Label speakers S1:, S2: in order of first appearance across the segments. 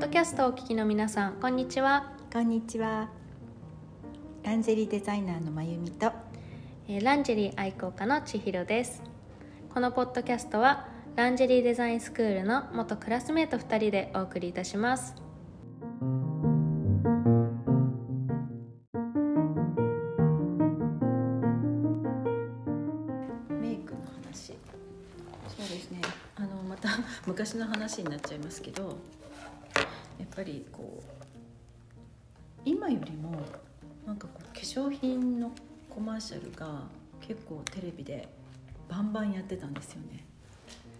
S1: ドキャストをお聞きの皆さんこんにちは、
S2: こんにちは。ランジェリーデザイナーのまゆみと。
S1: えーランジェリー愛好家の千尋ですこのポッドキャストはランジェリーデザインスクールの元クラスメート2人でお送りいたします
S2: メイクの話。そうですね。あの、また 昔の話になっちゃいますけど。やっぱり、こう。今よりも。なんか、こう、化粧品のコマーシャルが。結構テレビで。バンバンやってたんですよね。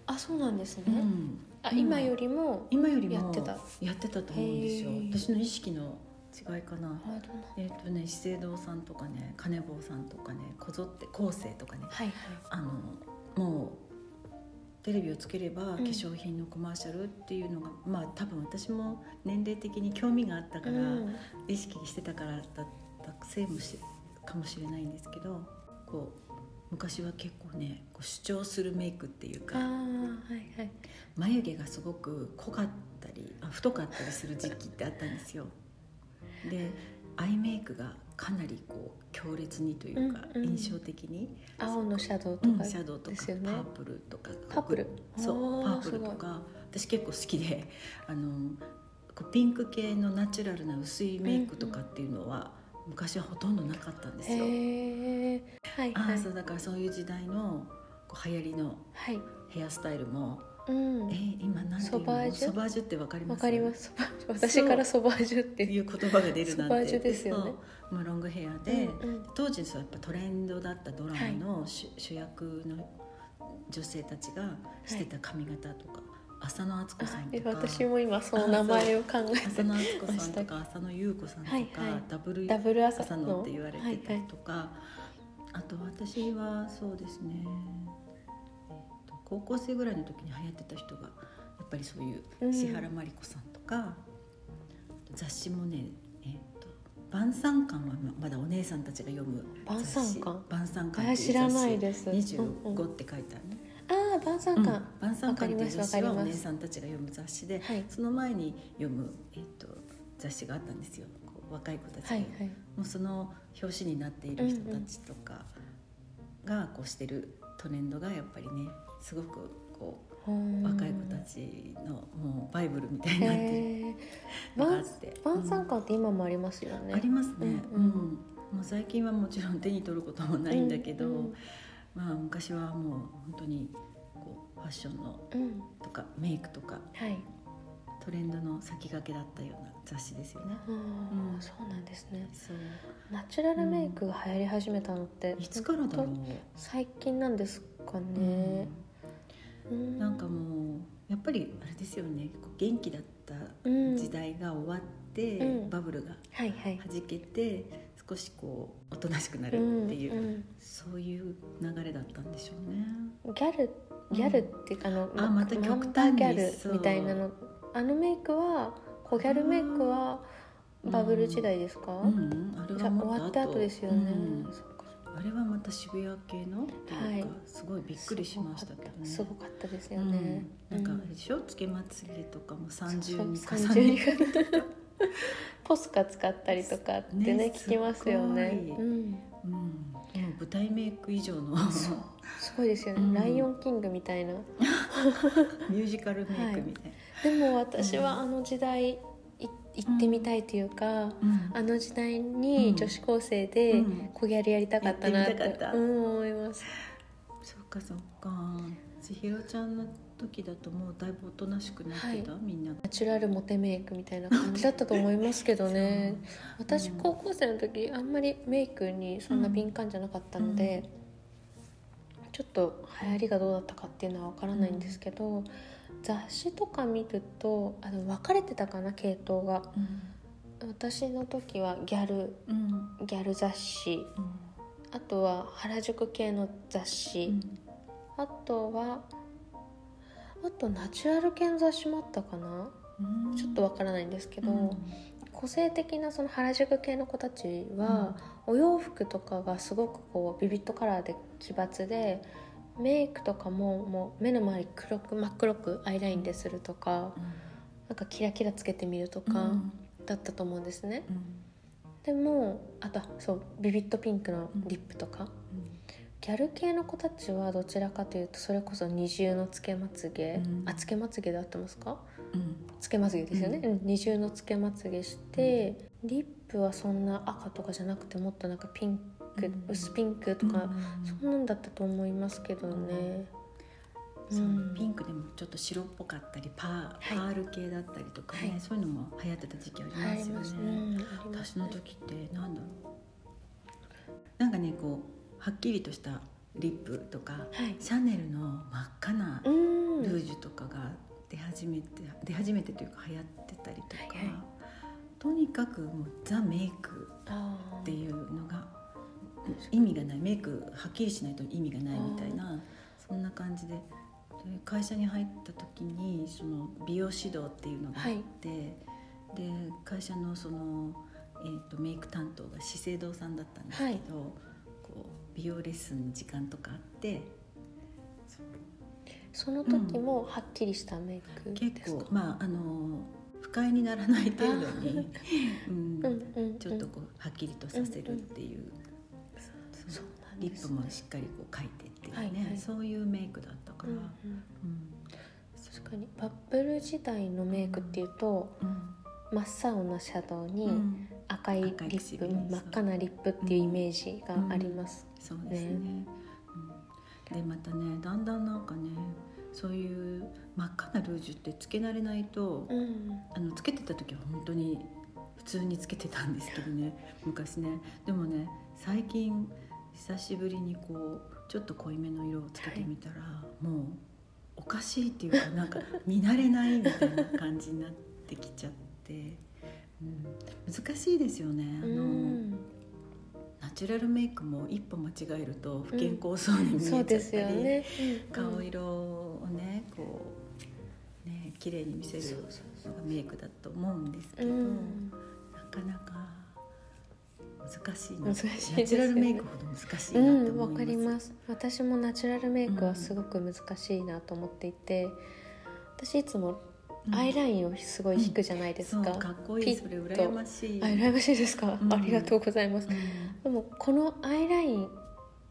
S3: あそうなんですね、
S2: うん
S3: あ今よりも、
S2: 今よりも。
S3: やってた。
S2: やってたと思うんですよ
S3: へ。ー
S2: 私の意識の。違いかな。
S3: あどうなん
S2: えっ、とね、資生堂さんとかね、金坊さんとかね、こぞって、後世とかね。
S3: はいはい
S2: あのもうテレビをつければ化
S3: ん
S2: 粧品のコマーシャルっていうのが、まあ多分私も年齢的に興味があったから、
S3: うん
S2: 意識してたからだったせいもしかもしれないんですけどこう昔は結構ねこう主張するメイクっていう
S3: ああ
S2: か
S3: はいはい
S2: 眉毛がすごく濃かったりあ太かったりする時期ってあったんで すよ。でアイメイクがかなりこう強烈にというか、
S3: うんうん
S2: 印象的に
S3: 青のシャドウと
S2: うん
S3: か、
S2: シャドウとか、
S3: ですよね
S2: パープルとか
S3: パープル
S2: そう
S3: お
S2: パ
S3: ー
S2: ープルとか私結構好きで あのこうピンク系のナチュラルな薄いメイクとかっていうのは、昔はほとんどなかったんですよ。
S3: へえはい
S2: あ
S3: は
S2: あ
S3: い
S2: そうだからそういう時代のこう流行りの
S3: はい
S2: ヘアスタイルも、
S3: うん
S2: えー今何ていうの
S3: ソバージュ
S2: ソバージュってわかりま
S3: わ
S2: す
S3: かりますソバ ージュ私からソバージュっ
S2: って
S3: て
S2: いう言葉が出るな
S3: ソ
S2: んて
S3: バージュですよね
S2: そうまあロングヘアで、
S3: うんうん
S2: 当時そうやっぱトレンドだったドラマの主,、主役の女性たちがしてた髪型とか、浅野敦子さん
S3: え
S2: とか
S3: 私も今その名前を考 え
S2: 浅
S3: て
S2: 野敦子さんとか浅野ゆう子さんとか、
S3: はいはい
S2: ダブル
S3: ダブル朝
S2: 浅野って言われてた
S3: はい
S2: り
S3: はい
S2: とか、あと私はそうですね、えっと高校生ぐらいの時に流行ってた人がやっぱりそういう
S3: うん
S2: 石原まりこさんとか、雑誌もね、えっと晩餐館はまだお姉さんたちが読む
S3: 晩
S2: 雑誌
S3: 餐館
S2: 晩餐館
S3: あ
S2: ってい
S3: 知
S2: う雑誌
S3: らないですうんう
S2: 25
S3: ん
S2: って書いてあるね、
S3: ああ晩餐
S2: うん
S3: 館、
S2: 晩餐館っていう雑誌
S3: わかりますわかり
S2: はお
S3: ます
S2: 姉さんたちが読む雑誌で、
S3: はい
S2: その前に読む、えっと雑誌があったんですよこう若い子たちが、
S3: はいはい
S2: もうその表紙になっている人たちとかがこうしてるトレンドがやっぱりねすごくこう若い子たちのもうバイブルみたいになってる
S3: へえ
S2: のがあ
S3: 晩
S2: って、
S3: 晩餐館って今もありますよ
S2: う
S3: ね
S2: んありますね、
S3: う
S2: うん
S3: う
S2: ん
S3: ん
S2: もう最近はもちろん手に取ることもないんだけど、
S3: うんうん
S2: まあ、昔はもう本当にこうファッションの
S3: うん
S2: とかメイクとか
S3: はい
S2: トレンドの先駆けだったような雑誌ですよね。
S3: うん
S2: うん
S3: そうなんですね
S2: そう
S3: ナチュラルメイクが流行り始めたのって、
S2: いつからだろう、
S3: 最近なんですかね、
S2: うんなんかもうやっぱりあれですよねこう元気だった
S3: うん
S2: 時代が終わって、
S3: うん
S2: バブルが
S3: はいはい、
S2: 弾けて少しこうおとなしくな
S3: う
S2: るっていう、
S3: ん
S2: そういう流れだったんでしょうね。
S3: うんギャルギャルっていうか、あの
S2: あまた極端に
S3: ナンバーギャ
S2: そ
S3: ル
S2: う
S3: みたいなのあのメイクは小ギャルメイクは
S2: うん
S3: バブル時代ですか、
S2: うん、あれ
S3: じゃあ
S2: はもっと
S3: 終わった後ですよね、
S2: うん
S3: そっかそっか
S2: あれはまた渋谷系のっていうか、
S3: は
S2: すごいびっくりしましたけどね。
S3: すごかったですよね、
S2: うん、なん
S3: う
S2: かあれでしょつけまつげとかも三重に
S3: そう
S2: 重
S3: 三重に
S2: ね
S3: 重ねた ポスカ使ったりとかってね
S2: ね
S3: 聞きますよね
S2: すごい
S3: うん、
S2: うん、もう舞台メイク以上の
S3: そうすごいですよね、
S2: うん
S3: ライオンキングみたいな
S2: ミュージカルメイクみた
S3: で
S2: い
S3: も私はあの時代い行ってみたいというか、
S2: な、
S3: あの時代に女子高生で
S2: うん
S3: 小ギャルやりたかったなって,、
S2: やってみたかった
S3: うん、思います
S2: そっかそっか千尋ちゃんの時だともうだいぶおとなしくなってた、みんなが
S3: ナチュラルモテメイクみたいな感じだったと思いますけどね私
S2: うん
S3: 高校生の時あんまりメイクにそんな敏感じゃなかったので、ちょっと流行りがどうだったかっていうのは分からないんですけど、雑誌とか見るとあの分かれてたかな系統が
S2: うん
S3: 私の時はギャル
S2: うん
S3: ギャル雑誌あとは原宿系の雑誌、あとはあとナチュラル系の雑誌もあったかな、
S2: うん
S3: ちょっとわからないんですけど、個性的なその原宿系の子たちは、お洋服とかがすごくこうビビットカラーで奇抜でメイクとかももう目の周り黒く真っ黒くアイラインでするとか、なんかキラキラつけてみるとかだったと思うんですね、
S2: うん
S3: でもあとそうビビットピンクのリップとか、ギャル系の子たちはどちらかというとそれこそ二重のつけまつげ、
S2: うん
S3: あつけまつげで合ってますか
S2: うん
S3: つけまつげですよね、うん二重のつけまつげして、リップはそんな赤とかじゃなくてもっとなんかピンク、
S2: うん
S3: 薄ピンクと
S2: と
S3: か
S2: か、、
S3: そんなんだったと思いますけどね、
S2: そうね
S3: うん
S2: ピンクでもちょっと白っぽかったりパー,、
S3: い
S2: パール系だったりとかね、
S3: はい
S2: そういうのも流行ってた時期あり
S3: あ
S2: ます
S3: り
S2: よ
S3: ますね、
S2: ね。
S3: あります
S2: 私の時ってなんだろうなんかねこうはっきりとしたリップとか
S3: はい
S2: シャネルの真っ赤な
S3: う
S2: ル
S3: ん
S2: ージュとかが出始めて、出始めてというか流行ってたりとか、
S3: はいは
S2: とにかくもうザ・メイク
S3: あー
S2: っていうのが意味がないメイクはっきりしないと意味がないみたいなそんな感じでで会社に入った時にその美容指導っていうのがあって、で会社のその、えー、とメイク担当が資生堂さんだったんですけど、
S3: はい
S2: こう美容レッスン時間とかあって
S3: その時もはっきりしたメイクで
S2: 結
S3: すか
S2: 構、まああの不快にならない程度に、 うん
S3: うんうんうん
S2: ちょっとこうはっきりとさせるっていう。そ
S3: そうなん
S2: リ
S3: で
S2: ッ
S3: す
S2: プ
S3: ね
S2: もしっかりこう描いてっていうね、
S3: はいはい
S2: そういうメイクだったか
S3: うん
S2: ら、う
S3: うんん確かにバブル時代のメイクっていうと、
S2: うん
S3: 真っ青なシャドウに、
S2: うん
S3: 赤いリ
S2: 赤い
S3: ップ
S2: 唇
S3: 真っ赤なリップっていうイメージがあります、
S2: そうですねうん、でまたねだんだんなんかねそういう真っ赤なルージュってつけ慣れないと、
S3: うん
S2: あのつけてた時は本当に普通につけてたんですけど ね昔ねでもね最近久しぶりにこうちょっと濃いめの色をつけてみたら、もうおかしいっていうかなんか見慣れないみたいな感じになってきちゃって、うん、難しいですよねあの、
S3: うん
S2: ナチュラルメイクも一歩間違えると不健康そうに見えちゃ
S3: そ
S2: っ
S3: う
S2: たり、
S3: ですよね、うん
S2: 顔色をねこうね綺麗に見せるのがメイクだと思うんですけ
S3: う
S2: ど、
S3: ん、
S2: なかなか難しいな
S3: 難しいですよね
S2: ナチュラルメイクほど難しいなって
S3: うん、
S2: 思います。
S3: わかります私もナチュラルメイクはすごく難しいなと思っていて、私いつも
S2: うん
S3: アイラインをすごい引くじゃないですか、
S2: そうかっこいいそれ羨ましい。
S3: あ羨ましいですか、
S2: うん
S3: ありがとうございます
S2: うん
S3: でもこのアイライン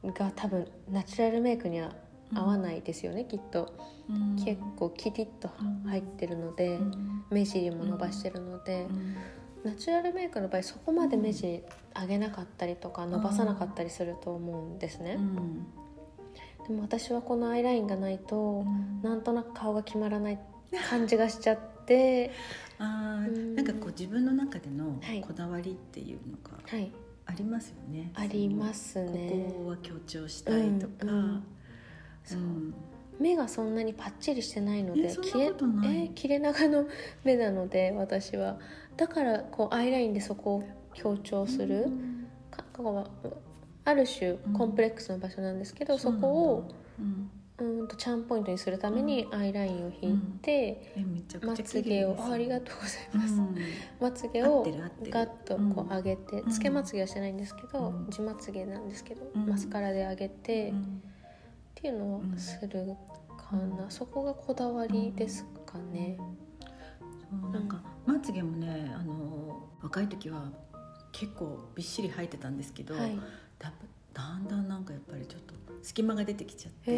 S3: が多分ナチュラルメイクには合わないですよね、きっと
S2: うん
S3: 結構キリッと入ってるので、
S2: うん
S3: 目尻も伸ばしてるので
S2: う、ん
S3: ナチュラルメイクの場合そこまで目尻上げなかったりとか
S2: ん
S3: 伸ばさなかったりすると思うんですね
S2: う、ん
S3: でも私はこのアイラインがないとなんとなく顔が決まらない感じがしちゃって
S2: あー
S3: うん
S2: なんかこう自分の中での
S3: はい
S2: こだわりっていうのが
S3: はい
S2: ありますよね。
S3: あります
S2: その
S3: ね
S2: ここは強調したいとか、
S3: うんうんそう
S2: うん
S3: 目がそんなにパッチリしてないので
S2: えそんなことない
S3: 切れえ切れ長の目なので私はだからこうアイラインでそこを強調する、
S2: うん
S3: かここはうんある種
S2: ん
S3: コンプレックスの場所なんですけど、そこを
S2: そうなんだ、
S3: うーんとチャームポイントにするためにアイラインを引いて、
S2: うん、えめちゃくちゃ
S3: まつげをああり
S2: が
S3: がとうございます、
S2: うん
S3: まつげ
S2: 合っ
S3: を
S2: てる合ってる
S3: ガッとこう上げて、
S2: うん
S3: つけまつげはしてないんですけど、
S2: うん
S3: 地まつげなんですけど、
S2: うん
S3: マスカラで上げて、
S2: う
S3: っ
S2: ん
S3: ていうのをするかな、
S2: うん
S3: そこがこだわりですかね。
S2: そうなんかまつげもねあの若い時は結構びっしり生えてたんですけど、
S3: はい、
S2: だだんだんなんかやっぱりちょっと隙間が出てきちゃって
S3: へ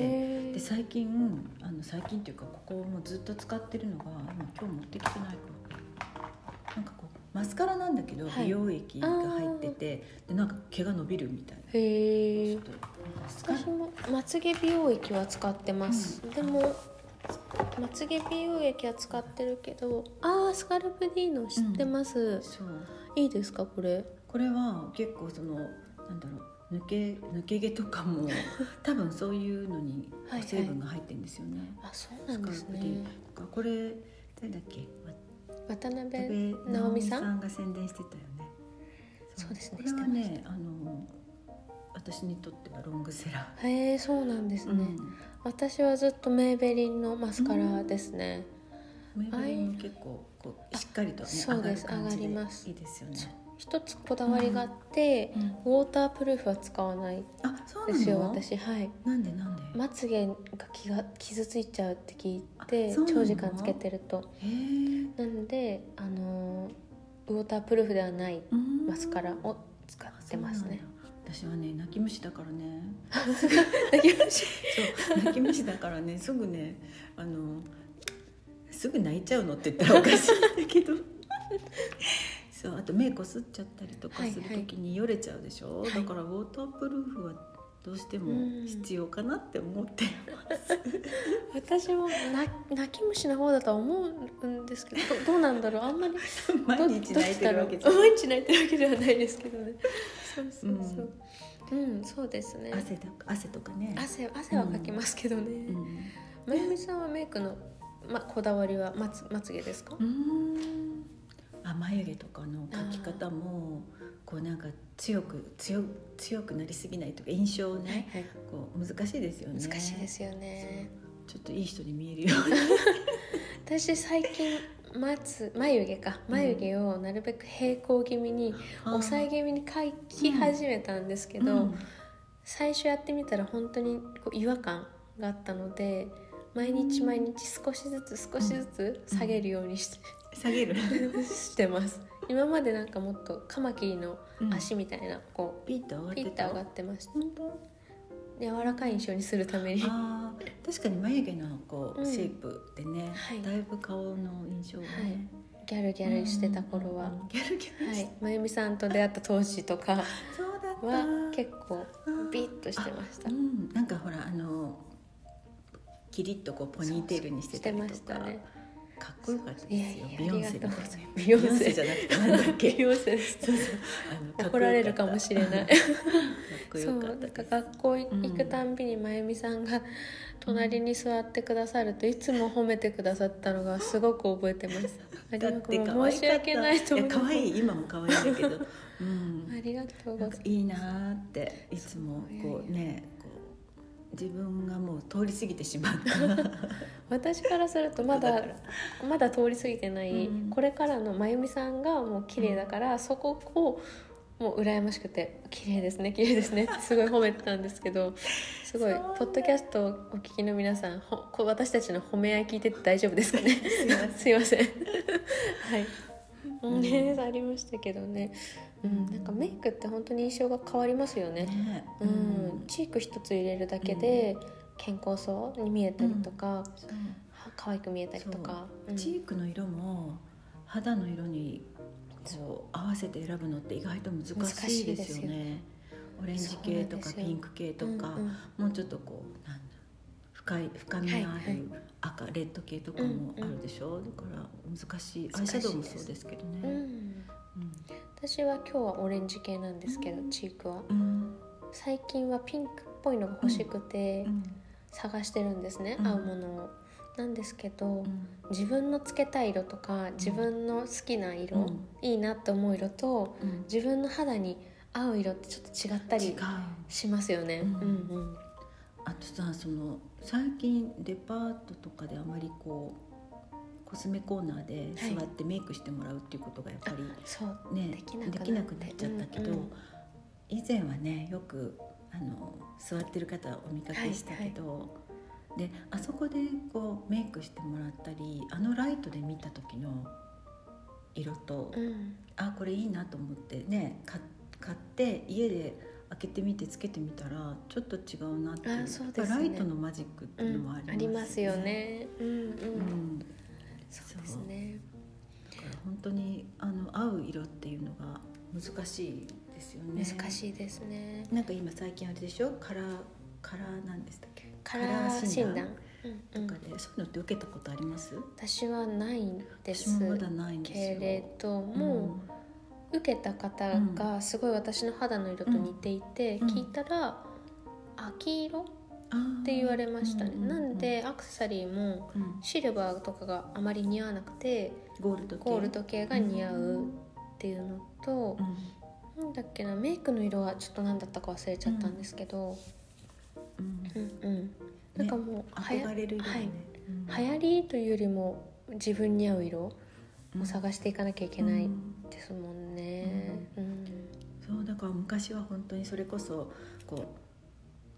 S2: で
S3: ー
S2: 最近あの最近というかここをもうずっと使ってるのが今今日持ってきてないからなんかこうマスカラなんだけど、
S3: はい
S2: 美容液が入っててでなんか毛が伸びるみたいな
S3: へ
S2: ち
S3: え
S2: ょっと疲れ
S3: 私もまつげ美容液は使ってます、でもまつげ美容液は使ってるけどあースカルプ D の知ってます、
S2: そう
S3: いいですかこれ
S2: これは結構そのなんだろう抜け抜け毛と かも多分そういうのに
S3: はいはい
S2: 成分が入ってるんですよね。
S3: あそうなんです
S2: スカルプ D
S3: ね
S2: とかこれ誰だっけ
S3: 渡
S2: 渡
S3: 辺
S2: 辺
S3: 直
S2: 直
S3: 美
S2: 美
S3: さ
S2: さ
S3: ん
S2: んが宣伝してたよね。
S3: そうですね
S2: これは
S3: してま
S2: ねあの私にとってはロングセラ
S3: へえそうなんです
S2: ー。
S3: ね、私はずっとメイベリンのマスカラですね、
S2: うん、メイベリンも結構こうしっかりとね
S3: そう
S2: 上が
S3: で
S2: る
S3: す
S2: 感じで
S3: 上がります
S2: いいですよね。
S3: 一つこだわりがあって、
S2: うん
S3: ウォータープルーフは使わない
S2: あそうな
S3: で
S2: の
S3: すよ私はい
S2: なんでなんで、
S3: まつげが気が傷ついちゃうって聞いて
S2: あそうなの
S3: 長時間つけてると
S2: へえ
S3: なのであのーウォータープルーフではないマスカラを使ってますね
S2: 私はね泣き虫だからね
S3: 泣き虫
S2: そう泣き虫だからねすぐねあのすぐ泣いちゃうのって言ったらおかしいんだけどそうあと目こすっちゃったりとかする時によれちゃうでしょ、
S3: はい
S2: だからウォータープルーフはどうしても必要かなって思って
S3: 私もな泣き虫の方だとは思うんですけどどどうなんだろうあんまり
S2: 毎日泣いてるわけ
S3: ど
S2: じ
S3: ど うした
S2: ゃん
S3: ら毎日泣いてるわけではないですけどねそうそうそううん、そうですね
S2: 汗だ汗とかね、
S3: 汗汗はかきますけどね、
S2: うん
S3: まゆみさんはメイクの、ま、こだわりはまつまつげですか
S2: うーんあ眉毛とかの描き方もこうなんか強く強強くなりすぎないとか印象をね、
S3: はい
S2: こう難しいですよね
S3: 難しいですよね
S2: ちょっといい人に見えるよ うに
S3: 私最近まつ眉毛か
S2: うん
S3: 眉毛をなるべく平行気味に、抑え気味に描き始めたんですけど、
S2: うん
S3: 最初やってみたら本当にこう違和感があったので毎日毎日少しずつ少しずつ下げるようにして,、
S2: 下げる
S3: してます今までなんかもっとカマキリの
S2: うん
S3: 足みたいな、こ
S2: ピーター上が
S3: う
S2: っ
S3: ピ
S2: て
S3: ッ
S2: た
S3: タ上がってました
S2: 本当
S3: 柔らかい印象にするためには
S2: あー確かに眉毛のこう、
S3: うん
S2: シェイプでね、
S3: はい
S2: だいぶ顔の印象が、ね
S3: いギャルギャルしてた頃は、
S2: うんうんうんギャルギャル
S3: は
S2: して、
S3: いまゆみさんと出会った当時とかは
S2: そうだった
S3: 結構ビッとしてました
S2: うん、なんかほらあのキリッとこうポニーテールにしてたりとか
S3: してましたね
S2: かっこよかった
S3: いや
S2: です
S3: い
S2: よ
S3: や
S2: ビヨンセみたいな
S3: ビヨンセ
S2: ビヨンセじゃなくてなんだっけ
S3: 美容師です
S2: そうそうあの
S3: 怒られるかもしれない
S2: かっこ
S3: そ
S2: よ
S3: う
S2: かっ
S3: な
S2: た
S3: ん
S2: か
S3: か
S2: っこよかったで
S3: 学
S2: す
S3: 校行くたんびにまゆみさんが隣に座ってくださるといつも褒めてくださったのがすごく覚えてます。あり
S2: だ
S3: が
S2: っ
S3: と
S2: て可愛かっ
S3: う
S2: た
S3: 申し訳ないと思
S2: や可愛
S3: い
S2: い今も可愛いんだけど、う ん
S3: ます。ありがとう
S2: な
S3: ご
S2: ん
S3: ざ
S2: か
S3: います。
S2: いいなーっていつもこうねこう自分がもう通り過ぎてしまった
S3: 私からすると まだ
S2: だから
S3: まだ通り過ぎてない、
S2: うん
S3: これからのまゆみさんがもう綺麗だから、そこをもう羨ましくて綺麗ですね綺麗ですねってすごい褒めてたんですけ どすごい
S2: そんな
S3: ポッドキャストをお聞きの皆さんほこ私たちの褒め合い聞いてて大丈夫ですかね
S2: すいません
S3: すいませんはい、
S2: うん
S3: ねありましたけどね、うん、なんかメイクって本当に印象が変わりますよね
S2: ね
S3: うん、チーク一つ入れるだけで健康そうに見えたりとか、
S2: そう
S3: 可愛く見えたりとか、うん
S2: チークの色も肌の色にこう合わせて選ぶのって意外と難しいですよねオレンジ系とか
S3: そうなんですよ
S2: ピンク系とか、
S3: うんうん
S2: もうちょっとこうなんだ深い深みのあ
S3: はいはい
S2: る赤、レッド系とかもあるでしょ、だから難しいアイシャドウもそうですけど
S3: う
S2: ね、
S3: ん
S2: うん
S3: 私は今日はオレンジ系なんですけど、チークは
S2: うん
S3: 最近はピンクっぽいのが欲しくて探してるんですね、
S2: うん
S3: 合うものをなんですけど、
S2: うん
S3: 自分のつけたい色とか自分の好きな色、
S2: うん
S3: いいなって思う色と
S2: うん
S3: 自分の肌に合う色ってちょっと違った
S2: 違う
S3: りしますよね、
S2: うん
S3: うんうん
S2: あとさその最近デパートとかであまりこうコスメコーナーで座ってメイクしてもらうっていうことがやっぱり、
S3: そう
S2: ね、
S3: できなくなって
S2: なっちゃったけど、
S3: うんうん
S2: 以前はねよくあの座ってる方お見かけしたけど、であそこでこうメイクしてもらったりあのライトで見た時の色と、
S3: うん
S2: あこれいいなと思ってねか買って家で開けてみてつけてみたらちょっと違うなってい
S3: あそうですね
S2: やっぱライトのマジックって
S3: う
S2: いうの
S3: ん
S2: も
S3: ありますよねうん
S2: う
S3: うん
S2: んだ
S3: そうですね
S2: から本当にあの合う色っていうのが難しいですよね
S3: 難しいですね
S2: なんか今最近あれでしょカラーカラーなんでしたっけ
S3: カラー診断うんうん
S2: とかで、そういうのって受けたことあります
S3: 私はないんで
S2: 私
S3: す
S2: もまだないんです
S3: け
S2: よ
S3: れども、受けた方がすごい私の肌の色と似ていて、
S2: うん
S3: 聞いたら秋色っ
S2: うん
S3: て言われましたね、
S2: あーうう
S3: なんでアクセサリーも
S2: うん
S3: シルバーとかがあまり似合わなくて
S2: ゴールド系
S3: ゴールド系が似合うっていうのと
S2: う、ん
S3: なんだっけなメイクの色はちょっと何だったか忘れちゃったんですけど、
S2: うん
S3: うんうん、なんかもうはや
S2: 憧れる色ね、
S3: はい
S2: うん
S3: 流行りというよりも自分に合う色を探していかなきゃいけない
S2: うん
S3: ですもんね。う
S2: 子は昔は本当にそれこそこ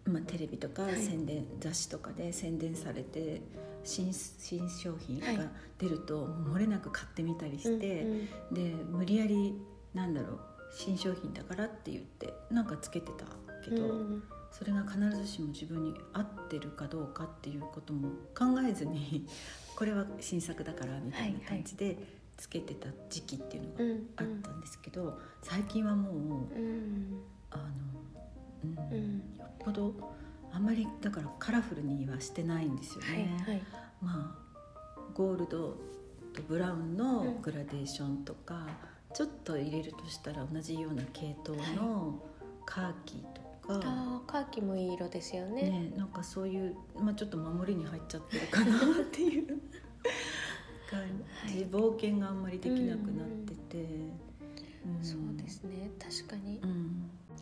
S2: う、まあ、テレビとか
S3: はい
S2: 宣伝、雑誌とかで宣伝されて新新商品
S3: はい
S2: が出ると、もう漏れなく買ってみたりして、
S3: うんうん
S2: で無理やりなんだろう新商品だからって言ってなんかつけてたけど、
S3: うん
S2: それが必ずしも自分に合ってるかどうかっていうことも考えずに これは新作だからみたいな感じでつけてた時期っていうの
S3: う
S2: が
S3: ん
S2: あったんですけど、最近はもう
S3: うん
S2: あの、うん
S3: うん
S2: よっぽどあんまりだからカラフルにはしてないんですよ
S3: は
S2: ね。
S3: いはい
S2: まあゴールドとブラウンの
S3: うん
S2: グラデーションとか、ちょっと入れるとしたら同じような系統のカーキとか、
S3: あーカーキもいい色ですよね
S2: ねなんかそういう、まあ、ちょっと守りに入っちゃってるかなって いう感じ、冒険があんまりできなくなってて、ん
S3: そうですね確かに
S2: う、ん
S3: な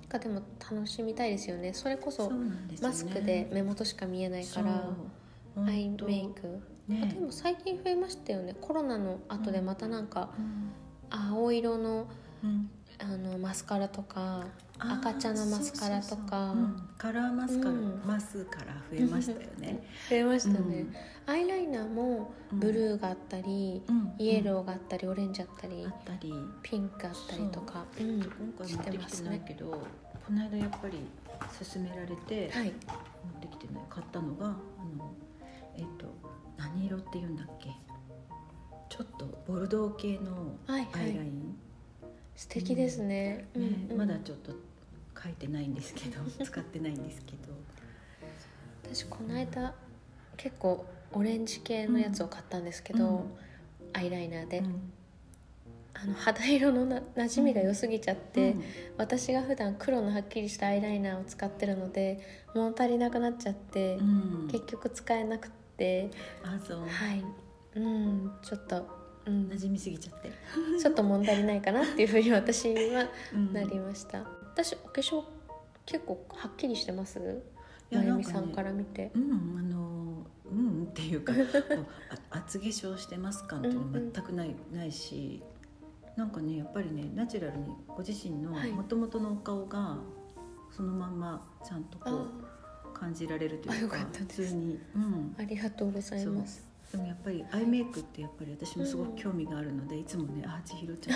S3: んかでも楽しみたいですよねそれこそ
S2: そうなんですよ
S3: マ
S2: ね
S3: スクで目元しか見えないから
S2: そう
S3: アイ
S2: 本当
S3: メイク、あ
S2: ね
S3: でも最近増えましたよねコロナの後でまたなんか
S2: うん
S3: 青色の
S2: うん
S3: あのマスカラとか
S2: あー
S3: 赤茶のマスカラとか
S2: そうそうそううんカラーマスカラ、
S3: うん
S2: マスカラ増えましたよね
S3: 増えましたね、アイライナーもブルーがあったり、
S2: うん、うん
S3: イエローがあったりオレンジあったり、
S2: あったり
S3: ピンクあったりとか、うん
S2: 今回持ってきてないけど、この間やっぱり勧められて
S3: はい
S2: 持ってきてない買ったのがあのえっ、と何色っていうんだっけちょっとボルドー系のア
S3: はいは
S2: イライ
S3: い
S2: ン、
S3: 素敵ですね,、うん
S2: ね
S3: うん
S2: まだちょっと書いてないんですけど使ってないんですけど
S3: 私この間結構オレンジ系のやつを買ったんですけど、
S2: うん
S3: アイライナー で、
S2: うん
S3: あの肌色のな馴染みが良すぎちゃって、
S2: うん
S3: 私が普段黒のはっきりしたアイライナーを使ってるので物足りなくなっちゃって、
S2: うん
S3: 結局使えなくって、
S2: あそう、
S3: はいうんちょっと、うん、
S2: 馴染みすぎちゃって、
S3: ちょっと物足りないかなっていうふうに私は
S2: うん
S3: なりました、私お化粧結構はっきりしてます
S2: いや
S3: まゆ
S2: なん
S3: み
S2: か
S3: さん
S2: ね
S3: から見て、
S2: うん、あのうんってい うかこうあ厚化粧してます感っていうのは全くない,、ないしなんかねやっぱりねナチュラルにご自身の
S3: はい
S2: もともとのお顔がそのまんまちゃんとこ
S3: あ
S2: う感じられるというか
S3: あよかった
S2: 普
S3: です
S2: 通に、うん、
S3: ありがとうございます
S2: でもやっぱりアイメイクってやっぱり私もすごく興味があるので、いつもね「あ千尋 ちゃん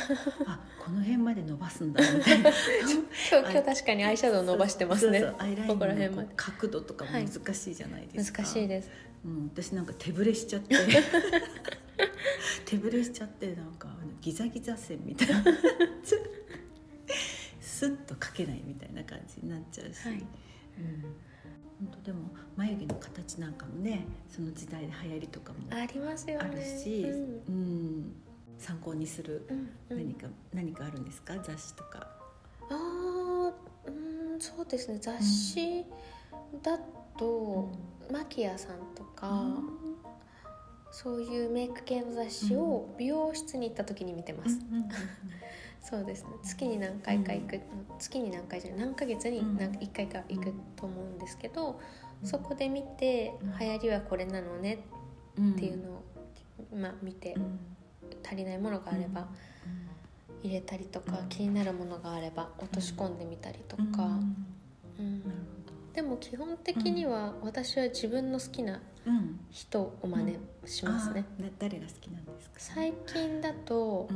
S2: あこの辺まで伸ばすんだ」みたいな
S3: 今日今日確かにアイシャドウ伸ばしてますね
S2: そうそうそうアイラインの
S3: ここら辺
S2: こ
S3: まで
S2: う角度とかも難しいじゃないですか。
S3: 難しいです
S2: うん、私なんか手ぶれしちゃって手ぶれしちゃってなんかあのギザギザ線みたいなスッと描けないみたいな感じになっちゃうし、
S3: はい
S2: うん、本当でも眉毛の形なんかもねその時代で流行りとかも
S3: ありますよ
S2: あ
S3: ね
S2: るし、
S3: う
S2: うん
S3: ん
S2: 参考にする
S3: うんうん
S2: 何か、何かあるんですか雑誌とか。
S3: あーうんそうですね雑誌だと、マキアさんとか、そういうメイク系の雑誌を美容室に行った時に見てま
S2: うん
S3: す、そうですね月に何回か行く、月に何回じゃない何ヶ月に何
S2: うん
S3: 1回か行くと思うんですけど、
S2: うん
S3: そこで見て、
S2: うん
S3: 流行りはこれなのね
S2: うん
S3: っていうのを、まあ、見て、
S2: うん
S3: 足りないものがあれば入れたりとか、
S2: うん
S3: 気になるものがあれば落とし込んでみたりとか、
S2: うん
S3: うん
S2: なる
S3: でも基本的には私は自分の好きな
S2: ほどうん
S3: 人を真似しますね、
S2: あーな誰が好きなんですか。
S3: 最近だと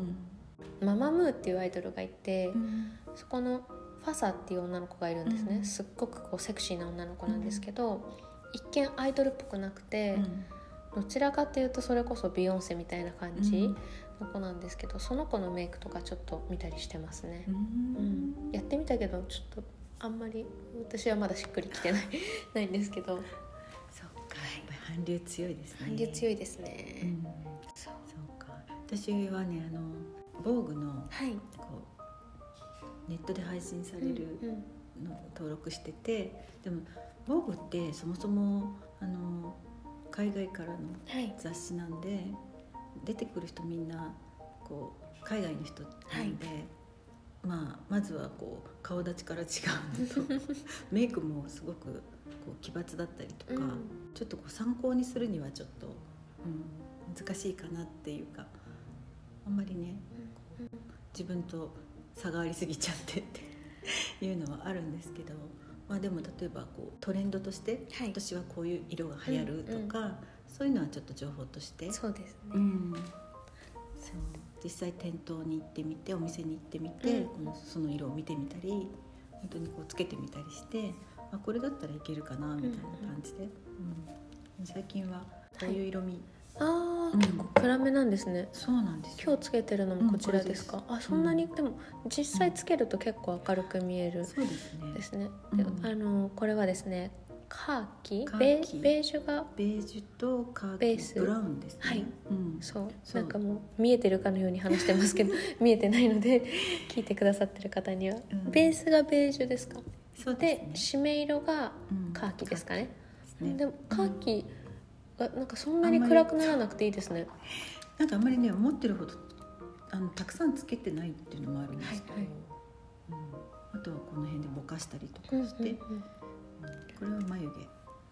S2: う、ん。
S3: ママムーっていうアイドルがいて、
S2: うん
S3: そこのファサっていう女の子がいるんですね、
S2: うん
S3: すっごくこうセクシーな女の子なんですけど、一見アイドルっぽくなくて、どちらかというとそれこそビヨンセみたいな感じの子なんですけど、その子のメイクとかちょっと見たりしてますね
S2: う、
S3: うん
S2: ん。
S3: やってみたけどちょっとあんまり私はまだしっくりきてない ないんですけど
S2: そっか。やっぱり韓流強いですね。
S3: 韓流強
S2: い。
S3: いです
S2: う
S3: ね、
S2: ん。
S3: そう
S2: そうか。私はねあの防具の
S3: はい、
S2: こうネットで配信され
S3: う
S2: る
S3: ん
S2: のを登録してて、でも防具ってそもそもあの海外からの
S3: はい
S2: 雑誌なんで出てくる人みんなこう海外の人なんで、まあ、まずはこう顔立ちから違うの とメイクもすごくこう奇抜だったりとか、
S3: うん
S2: ちょっとこう参考にするにはちょっと、うん、難しいかなっていうかあんまりね自分と差がありすぎちゃってっていうのはあるんですけど、まあ、でも例えばこうトレンドとして
S3: はい
S2: 今年はこういう色が流行るとか、そういうのはちょっと情報として
S3: そうですね、
S2: うん、そう実際店頭に行ってみてお店に行ってみて、
S3: うん
S2: このその色を見てみたり本当にこうつけてみたりしてあこれだったらいけるかなみたいな感じで、うん最近はこういう色味、
S3: ああ、
S2: うん
S3: 結構暗めなんですね
S2: そうなんです
S3: 今
S2: よ
S3: 日つけてるのもこちらですか、
S2: うん
S3: あそんなに、でも実際つけると結構明るく見える
S2: そうですね
S3: ですね、で
S2: うん
S3: あのこれはですねカーキ
S2: カ
S3: ベ
S2: ーキ
S3: ーベージュが
S2: ベージュとカーキ
S3: ベース
S2: ブラウンですね、
S3: はい
S2: うん、
S3: そう
S2: そう
S3: なんかもう見えてるかのように話してますけ ど見えてないので聞いてくださってる方には、
S2: うん
S3: ベースがベージュですか
S2: そう
S3: で
S2: ですね
S3: 締め色が
S2: うん
S3: カーキですかね、
S2: カーキですね
S3: でもカーキがなんかそんなに暗くならなくていいですね
S2: なんかあんまりね思ってるほどあのたくさんつけてないっていうのもあるんですけど、
S3: はいはい
S2: うん、あとはこの辺でぼかしたりとか
S3: うんうん
S2: して、
S3: うん
S2: これは眉毛で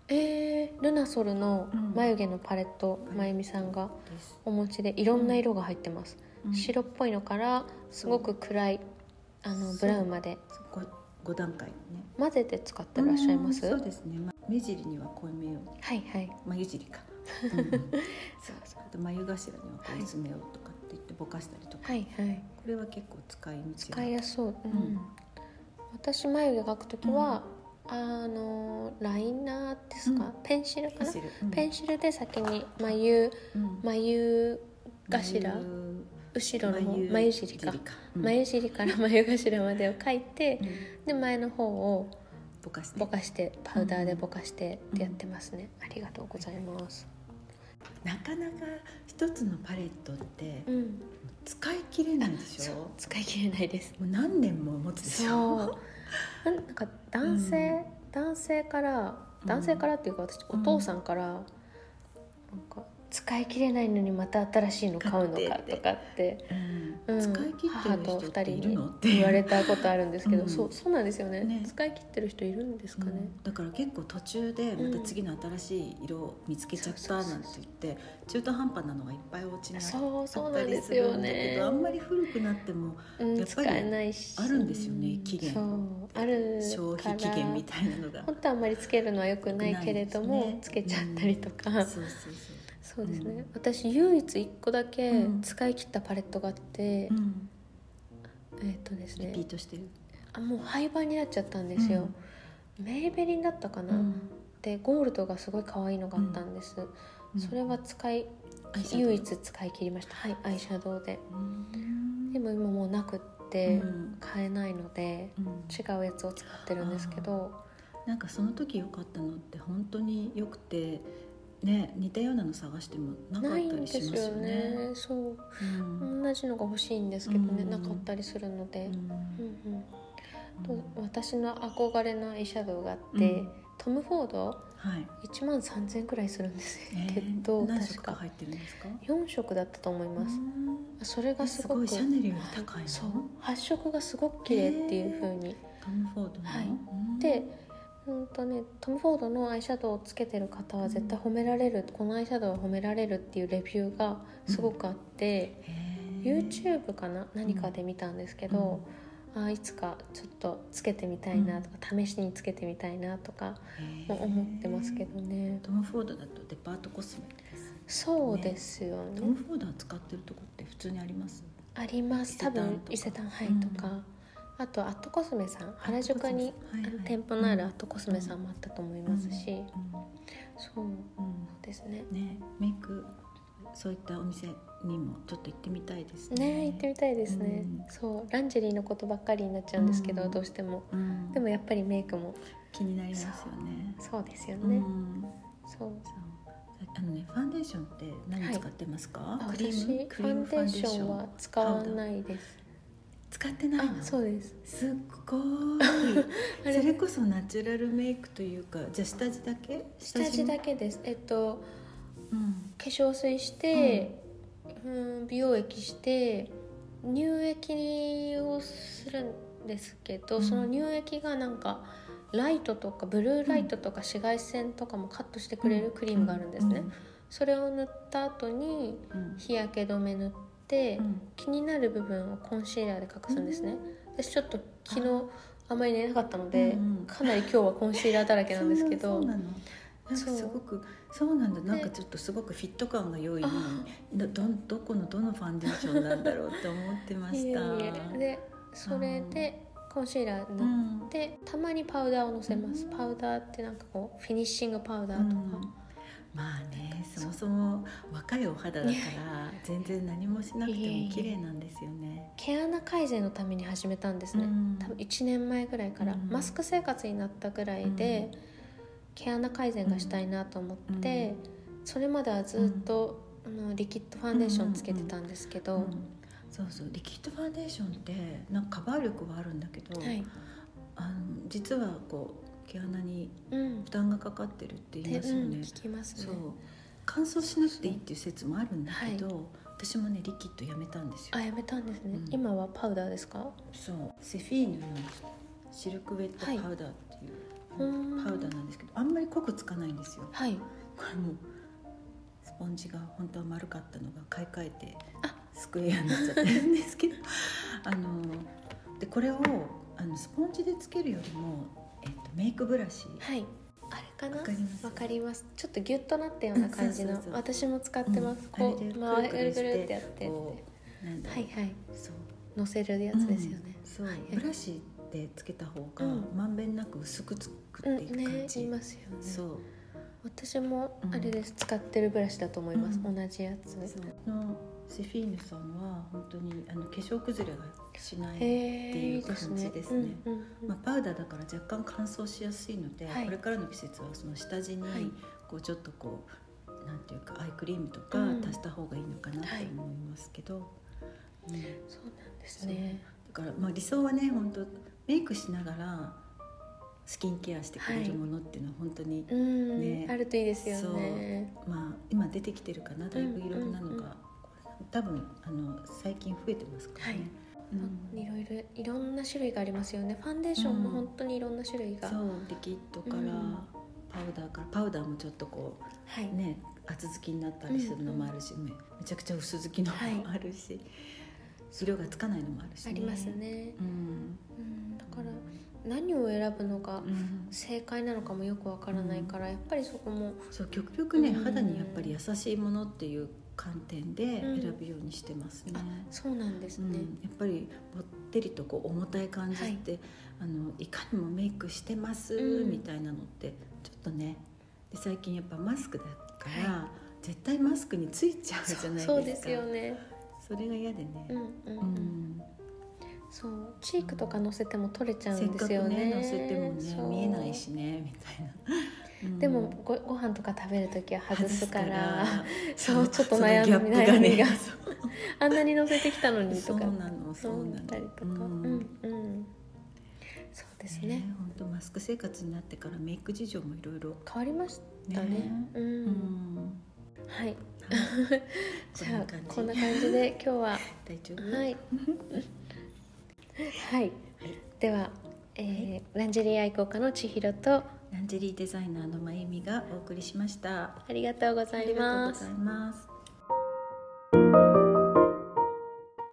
S3: えー、ルナソルの眉毛のパレット、
S2: うん
S3: まゆみさんが
S2: す、
S3: お持ちでいろんな色が入ってます、
S2: うん
S3: 白っぽいのからすごく暗いあの
S2: そう
S3: ブラウンまで
S2: そこ5段階ね
S3: 混ぜて使ってらっしゃいます、
S2: うん
S3: は
S2: そうですね、ま、目尻には濃いめを
S3: いはい
S2: 眉尻か、うん
S3: そうそう
S2: あと眉頭にはこう薄めをとかって言ってぼかしたりとか、
S3: はいはい
S2: これは結構使い道が
S3: 使いやすそう、う
S2: うんん、
S3: 私眉毛描くときは、あのライナーですか、
S2: うん
S3: ペンシルか
S2: ペン
S3: な
S2: シル、うん
S3: ペンシルで先に眉
S2: うん
S3: 眉頭
S2: 眉
S3: 後ろの方眉尻か、
S2: うん
S3: 眉尻から眉頭までを描いて
S2: う、ん
S3: で前の方を
S2: ぼかして
S3: ぼかしてパウダーでぼかしてってやってますね、ありがとうございます
S2: なかなか一つのパレットって
S3: うん
S2: 使い切れないでし
S3: そう
S2: ょも
S3: 使い切れないです
S2: う何年も持つでしょ
S3: そうなんか男性、男性から
S2: うん
S3: 男性からっていうか私、
S2: うん
S3: お父さんからなんか使い切れないのにまた新しいの買うのか
S2: 買って
S3: とかって、
S2: う
S3: う
S2: ん
S3: ん、
S2: 使い切ってる人
S3: 母と
S2: って
S3: 二
S2: い
S3: 人
S2: る
S3: に
S2: のって
S3: 言われ
S2: て
S3: たことあるんですけど、
S2: うん
S3: そうそうなんですよね
S2: ね
S3: 使い切ってる人いるんですかね、
S2: だから結構途中でまた次の新しい色を見つけちゃったなんて言って中途半端なのがいっぱいお家にあ
S3: そうそ
S2: あ
S3: う
S2: っ
S3: な
S2: た
S3: んで
S2: り
S3: す
S2: す
S3: よ
S2: るんだけ
S3: ね
S2: どあんまり古くなっても
S3: うん、
S2: やっ
S3: 使
S2: ぱり
S3: えないし
S2: あるんですよね期限
S3: そうある
S2: 消
S3: から
S2: 費期限みたいなのが
S3: 本当はあんまりつけるのは良くないけれども、
S2: ないですね
S3: つけちゃったりとか、
S2: そうそうそ
S3: そうですね、
S2: うん
S3: 私唯一一個だけ
S2: うん
S3: 使い切ったパレットがあって
S2: う、、うん、
S3: えっ、とです
S2: リ
S3: ね
S2: ピートしてる
S3: あもう廃盤になっちゃったんですよ、メイベリンだったかな、でゴールドがすごい可愛いのがあったんです、
S2: うん
S3: それは使い
S2: アイシャドウ
S3: 唯一使い切りましたはいアイシャドウで
S2: うん
S3: でも今もうなくって
S2: うん
S3: 買えないので、
S2: うん
S3: 違うやつを使ってるんですけど、
S2: なんかその時良かったのって本当に良くてね似たようなの探してもなかっ
S3: ない
S2: た
S3: ん
S2: り
S3: です
S2: します
S3: よ
S2: よね。
S3: ねそう
S2: うん
S3: 同じのが欲しいんですけどね、
S2: うん
S3: なかったりするので、うんうん
S2: う
S3: と
S2: ん
S3: 私の憧れのアイシャドウがあって、
S2: うん
S3: トム・フォード
S2: はい。
S3: 1万3000くらいするんですけ
S2: えー
S3: ど、
S2: 何
S3: 確
S2: 色
S3: か
S2: 入ってるんですか？
S3: 4色だったと思います、
S2: うん
S3: それがすご
S2: え
S3: く
S2: シャネルより高いの。
S3: そう発色がすごく綺麗っていう風に、
S2: トムフォードの。
S3: はい
S2: うん
S3: で、うんとね、トム・フォードのアイシャドウをつけてる方は絶対褒められる、このアイシャドウは褒められるっていうレビューがすごくあって、
S2: へー
S3: YouTube かな何かで見たんですけど、あーいつかちょっとつけてみたいなとか、試しにつけてみたいなとか
S2: へー
S3: も思ってますけどね、
S2: トムフォードだとデパートコスメです。
S3: そうですよね
S2: トムフォードは使ってるとこって普通にあります？
S3: あります多分伊
S2: 伊
S3: 勢
S2: 勢
S3: 丹
S2: 丹とか
S3: はいとか、
S2: うん
S3: あとアットコスメさん原宿に
S2: はいはい
S3: あの店舗のあるアットコスメさんもあったと思いますし、そう
S2: うんうん
S3: ですね
S2: ねメイクそういったお店にもちょっと行ってみたいですね
S3: ね行ってみたいですね、
S2: うん
S3: そうランジェリーのことばっかりになっちゃうんですけど、
S2: うん
S3: どうしても
S2: うん
S3: でもやっぱりメイクも
S2: 気になりますよね
S3: そうですよ
S2: う
S3: ね、
S2: ん
S3: そう
S2: そうあのねファンデーションって
S3: はい
S2: 何使ってますか、
S3: あ
S2: クリ
S3: 私
S2: ーム
S3: フ
S2: クリ
S3: ァ
S2: ーム
S3: ン
S2: フ
S3: デ
S2: ァ
S3: ー
S2: ンデ
S3: シ
S2: ーシ
S3: ョ
S2: ョ
S3: ン
S2: ン
S3: は使わないです。
S2: 使ってない
S3: あ、
S2: の
S3: そうです。
S2: すっごい
S3: あれ
S2: それこそナチュラルメイクというかじゃあ下地だけ
S3: 下地だけ
S2: け、
S3: です。えっと
S2: うん、
S3: 化粧水して、うん、美容液して乳液をするんですけど、
S2: うん
S3: その乳液がなんかライトとかブルーライトとか紫外線とかもカットしてくれるクリームがあるんですね。それを塗った後に
S2: うん、うん
S3: 日焼け止め塗って。
S2: うん
S3: 気になる部分をコンシーラーで隠すんですね、私ちょっと昨日あんまり寝なかったので、
S2: うんうん
S3: かなり今日はコンシーラーだらけなんですけど
S2: そんなそうなのなんか
S3: そう
S2: すごくそうなんだなんか
S3: で
S2: ちょっとすごくフィット感が良い
S3: あ
S2: どどんどこのどのファンデーションなんだろうって思ってま
S3: いえ
S2: し
S3: い
S2: た
S3: えでそれでコンシーラーに
S2: う
S3: なっ
S2: ん
S3: て、たまにパウダーをのせます、
S2: うん
S3: パウダーってなんかこうフィニッシングパウダ
S2: う
S3: ーとか、
S2: んまあねそもそも若いお肌だから全然何もしなくて
S3: いえい
S2: も
S3: え
S2: 綺麗なんですよね。
S3: 毛穴改善のために始めたんですね、
S2: うん
S3: 多分1年前ぐらいから、
S2: うん
S3: マスク生活になったぐらいで、毛穴改善がしたいなと思って、それまではずっと、あのリキッドファンデーションつけてたんですけど、
S2: うんそうそうリキッドファンデーションってなんかカバー力はあるんだけど、
S3: はい、
S2: あの実はこう毛穴に
S3: うん、
S2: 負担がかかってるって言いますよ
S3: うん、
S2: ね。
S3: 聞きます
S2: そ
S3: ね
S2: う乾燥しなくていいっていう説もあるんだけど、私もねリキッドやめたんですよ
S3: あやめたんですね、
S2: うん
S3: 今はパウダーですか
S2: そうセフィーヌのシルクウェットパウダーっていう、
S3: うん
S2: パウダーなんですけどあんまり濃くつかないんですよ
S3: はい
S2: これもうスポンジが本当は丸かったのが買い替えて
S3: あ
S2: スクエアになっちゃってるんですけど あのでこれをあのスポンジでつけるよりも、えっと、メイクブラシ
S3: はいあれかな
S2: わかります
S3: わかりますちょっとギュッとなったような感じの、
S2: うんそうそうそう
S3: 私も使ってます、
S2: うん
S3: こ
S2: あれで
S3: う回
S2: く
S3: ぐるぐ
S2: るくるして
S3: るってやって
S2: こうなんだろ
S3: は
S2: う、
S3: いはい
S2: そう
S3: のせるやつですよね、
S2: そう、
S3: はい
S2: ブラシでつけた方が
S3: うん
S2: まんべんなく薄くつく
S3: うん
S2: っていく
S3: ね
S2: 感じ、
S3: 言いますよね
S2: そう
S3: 私も
S2: うん
S3: あれです、使ってるブラシだと思います、
S2: うん
S3: 同じやつ
S2: そうこのセフィーヌさんは本当にあの化粧崩れがしない、
S3: へえ
S2: っていう
S3: いいですね
S2: 感じですね
S3: うんうんうん
S2: まあ、パウダーだから若干乾燥しやすいので、
S3: はい
S2: これからの季節はその下地に
S3: はい
S2: こうちょっとこうなんていうかアイクリームとか
S3: うん
S2: 足した方がいいのかなと思いますけど、うんだ
S3: そうなんですね
S2: からまあ理想はね本当メイクしながらスキンケアしてくれるものっていうのは本当に、
S3: うん
S2: ね
S3: あるといいですよね
S2: まあ、今出てきてるかなだいぶいろんなの
S3: う
S2: が、
S3: んうんうん
S2: 多分あの最近増えてますからね。
S3: はい
S2: うん
S3: いろいろいろんな種類がありますよねファンデーションも本当にいろんな種類が、
S2: そうリキッドから、
S3: うん
S2: パウダーからパウダーもちょっとこ
S3: はいう
S2: ね厚付きになったりするのもあるし、めめちゃくちゃ薄付きの
S3: はい
S2: もあるし、色がつかないのもあるし、
S3: あります。ね、
S2: うん、
S3: うん、だから何を選ぶのが
S2: うん
S3: 正解なのかもよくわからないから、やっぱりそこも
S2: そう極力ね、
S3: うん
S2: 肌にやっぱり優しいものっていう観点で
S3: うん
S2: 選ぶようにしてますね。
S3: あそうなんです
S2: うん
S3: ね、
S2: やっぱりぼってりとこう重たい感じって、あのいかにもメイクしてます
S3: うん
S2: みたいなのってちょっとねで最近やっぱマスクだから、絶対マスクについちゃうじゃないですか
S3: そうですよね
S2: それが嫌でね、
S3: うんうん、う
S2: うん
S3: ん、そうチークとか乗せても取れちゃう
S2: せっ
S3: んで
S2: か
S3: す
S2: く
S3: よね
S2: ね乗せても
S3: そう
S2: ね見えないしねみたいな、うん
S3: でもごご飯とか食べる時は外すから
S2: 外すか
S3: そ
S2: ら
S3: うちょっと
S2: その
S3: 悩み
S2: ギャップが
S3: 悩み
S2: ね
S3: が あんなに乗せてきたのに
S2: そ
S3: と
S2: う
S3: か
S2: なのそう
S3: 思
S2: な
S3: ったり
S2: の
S3: とか、うんうん、そうですね
S2: ね本当マスク生活になってからメイク事情もいろいろ
S3: 変わりましたね
S2: ね
S3: うん、
S2: うん
S3: はい じ
S2: こん
S3: ゃ
S2: な感
S3: あ
S2: じ
S3: こんな感じで今日は
S2: 大丈夫
S3: はい。 はい。では、えーランジェリー愛好家の千尋と
S2: ランジェリーデザイナーのまゆみがお送りしました。あ
S3: ありがとうござい
S2: りがとう
S3: ます
S2: ござい。ます。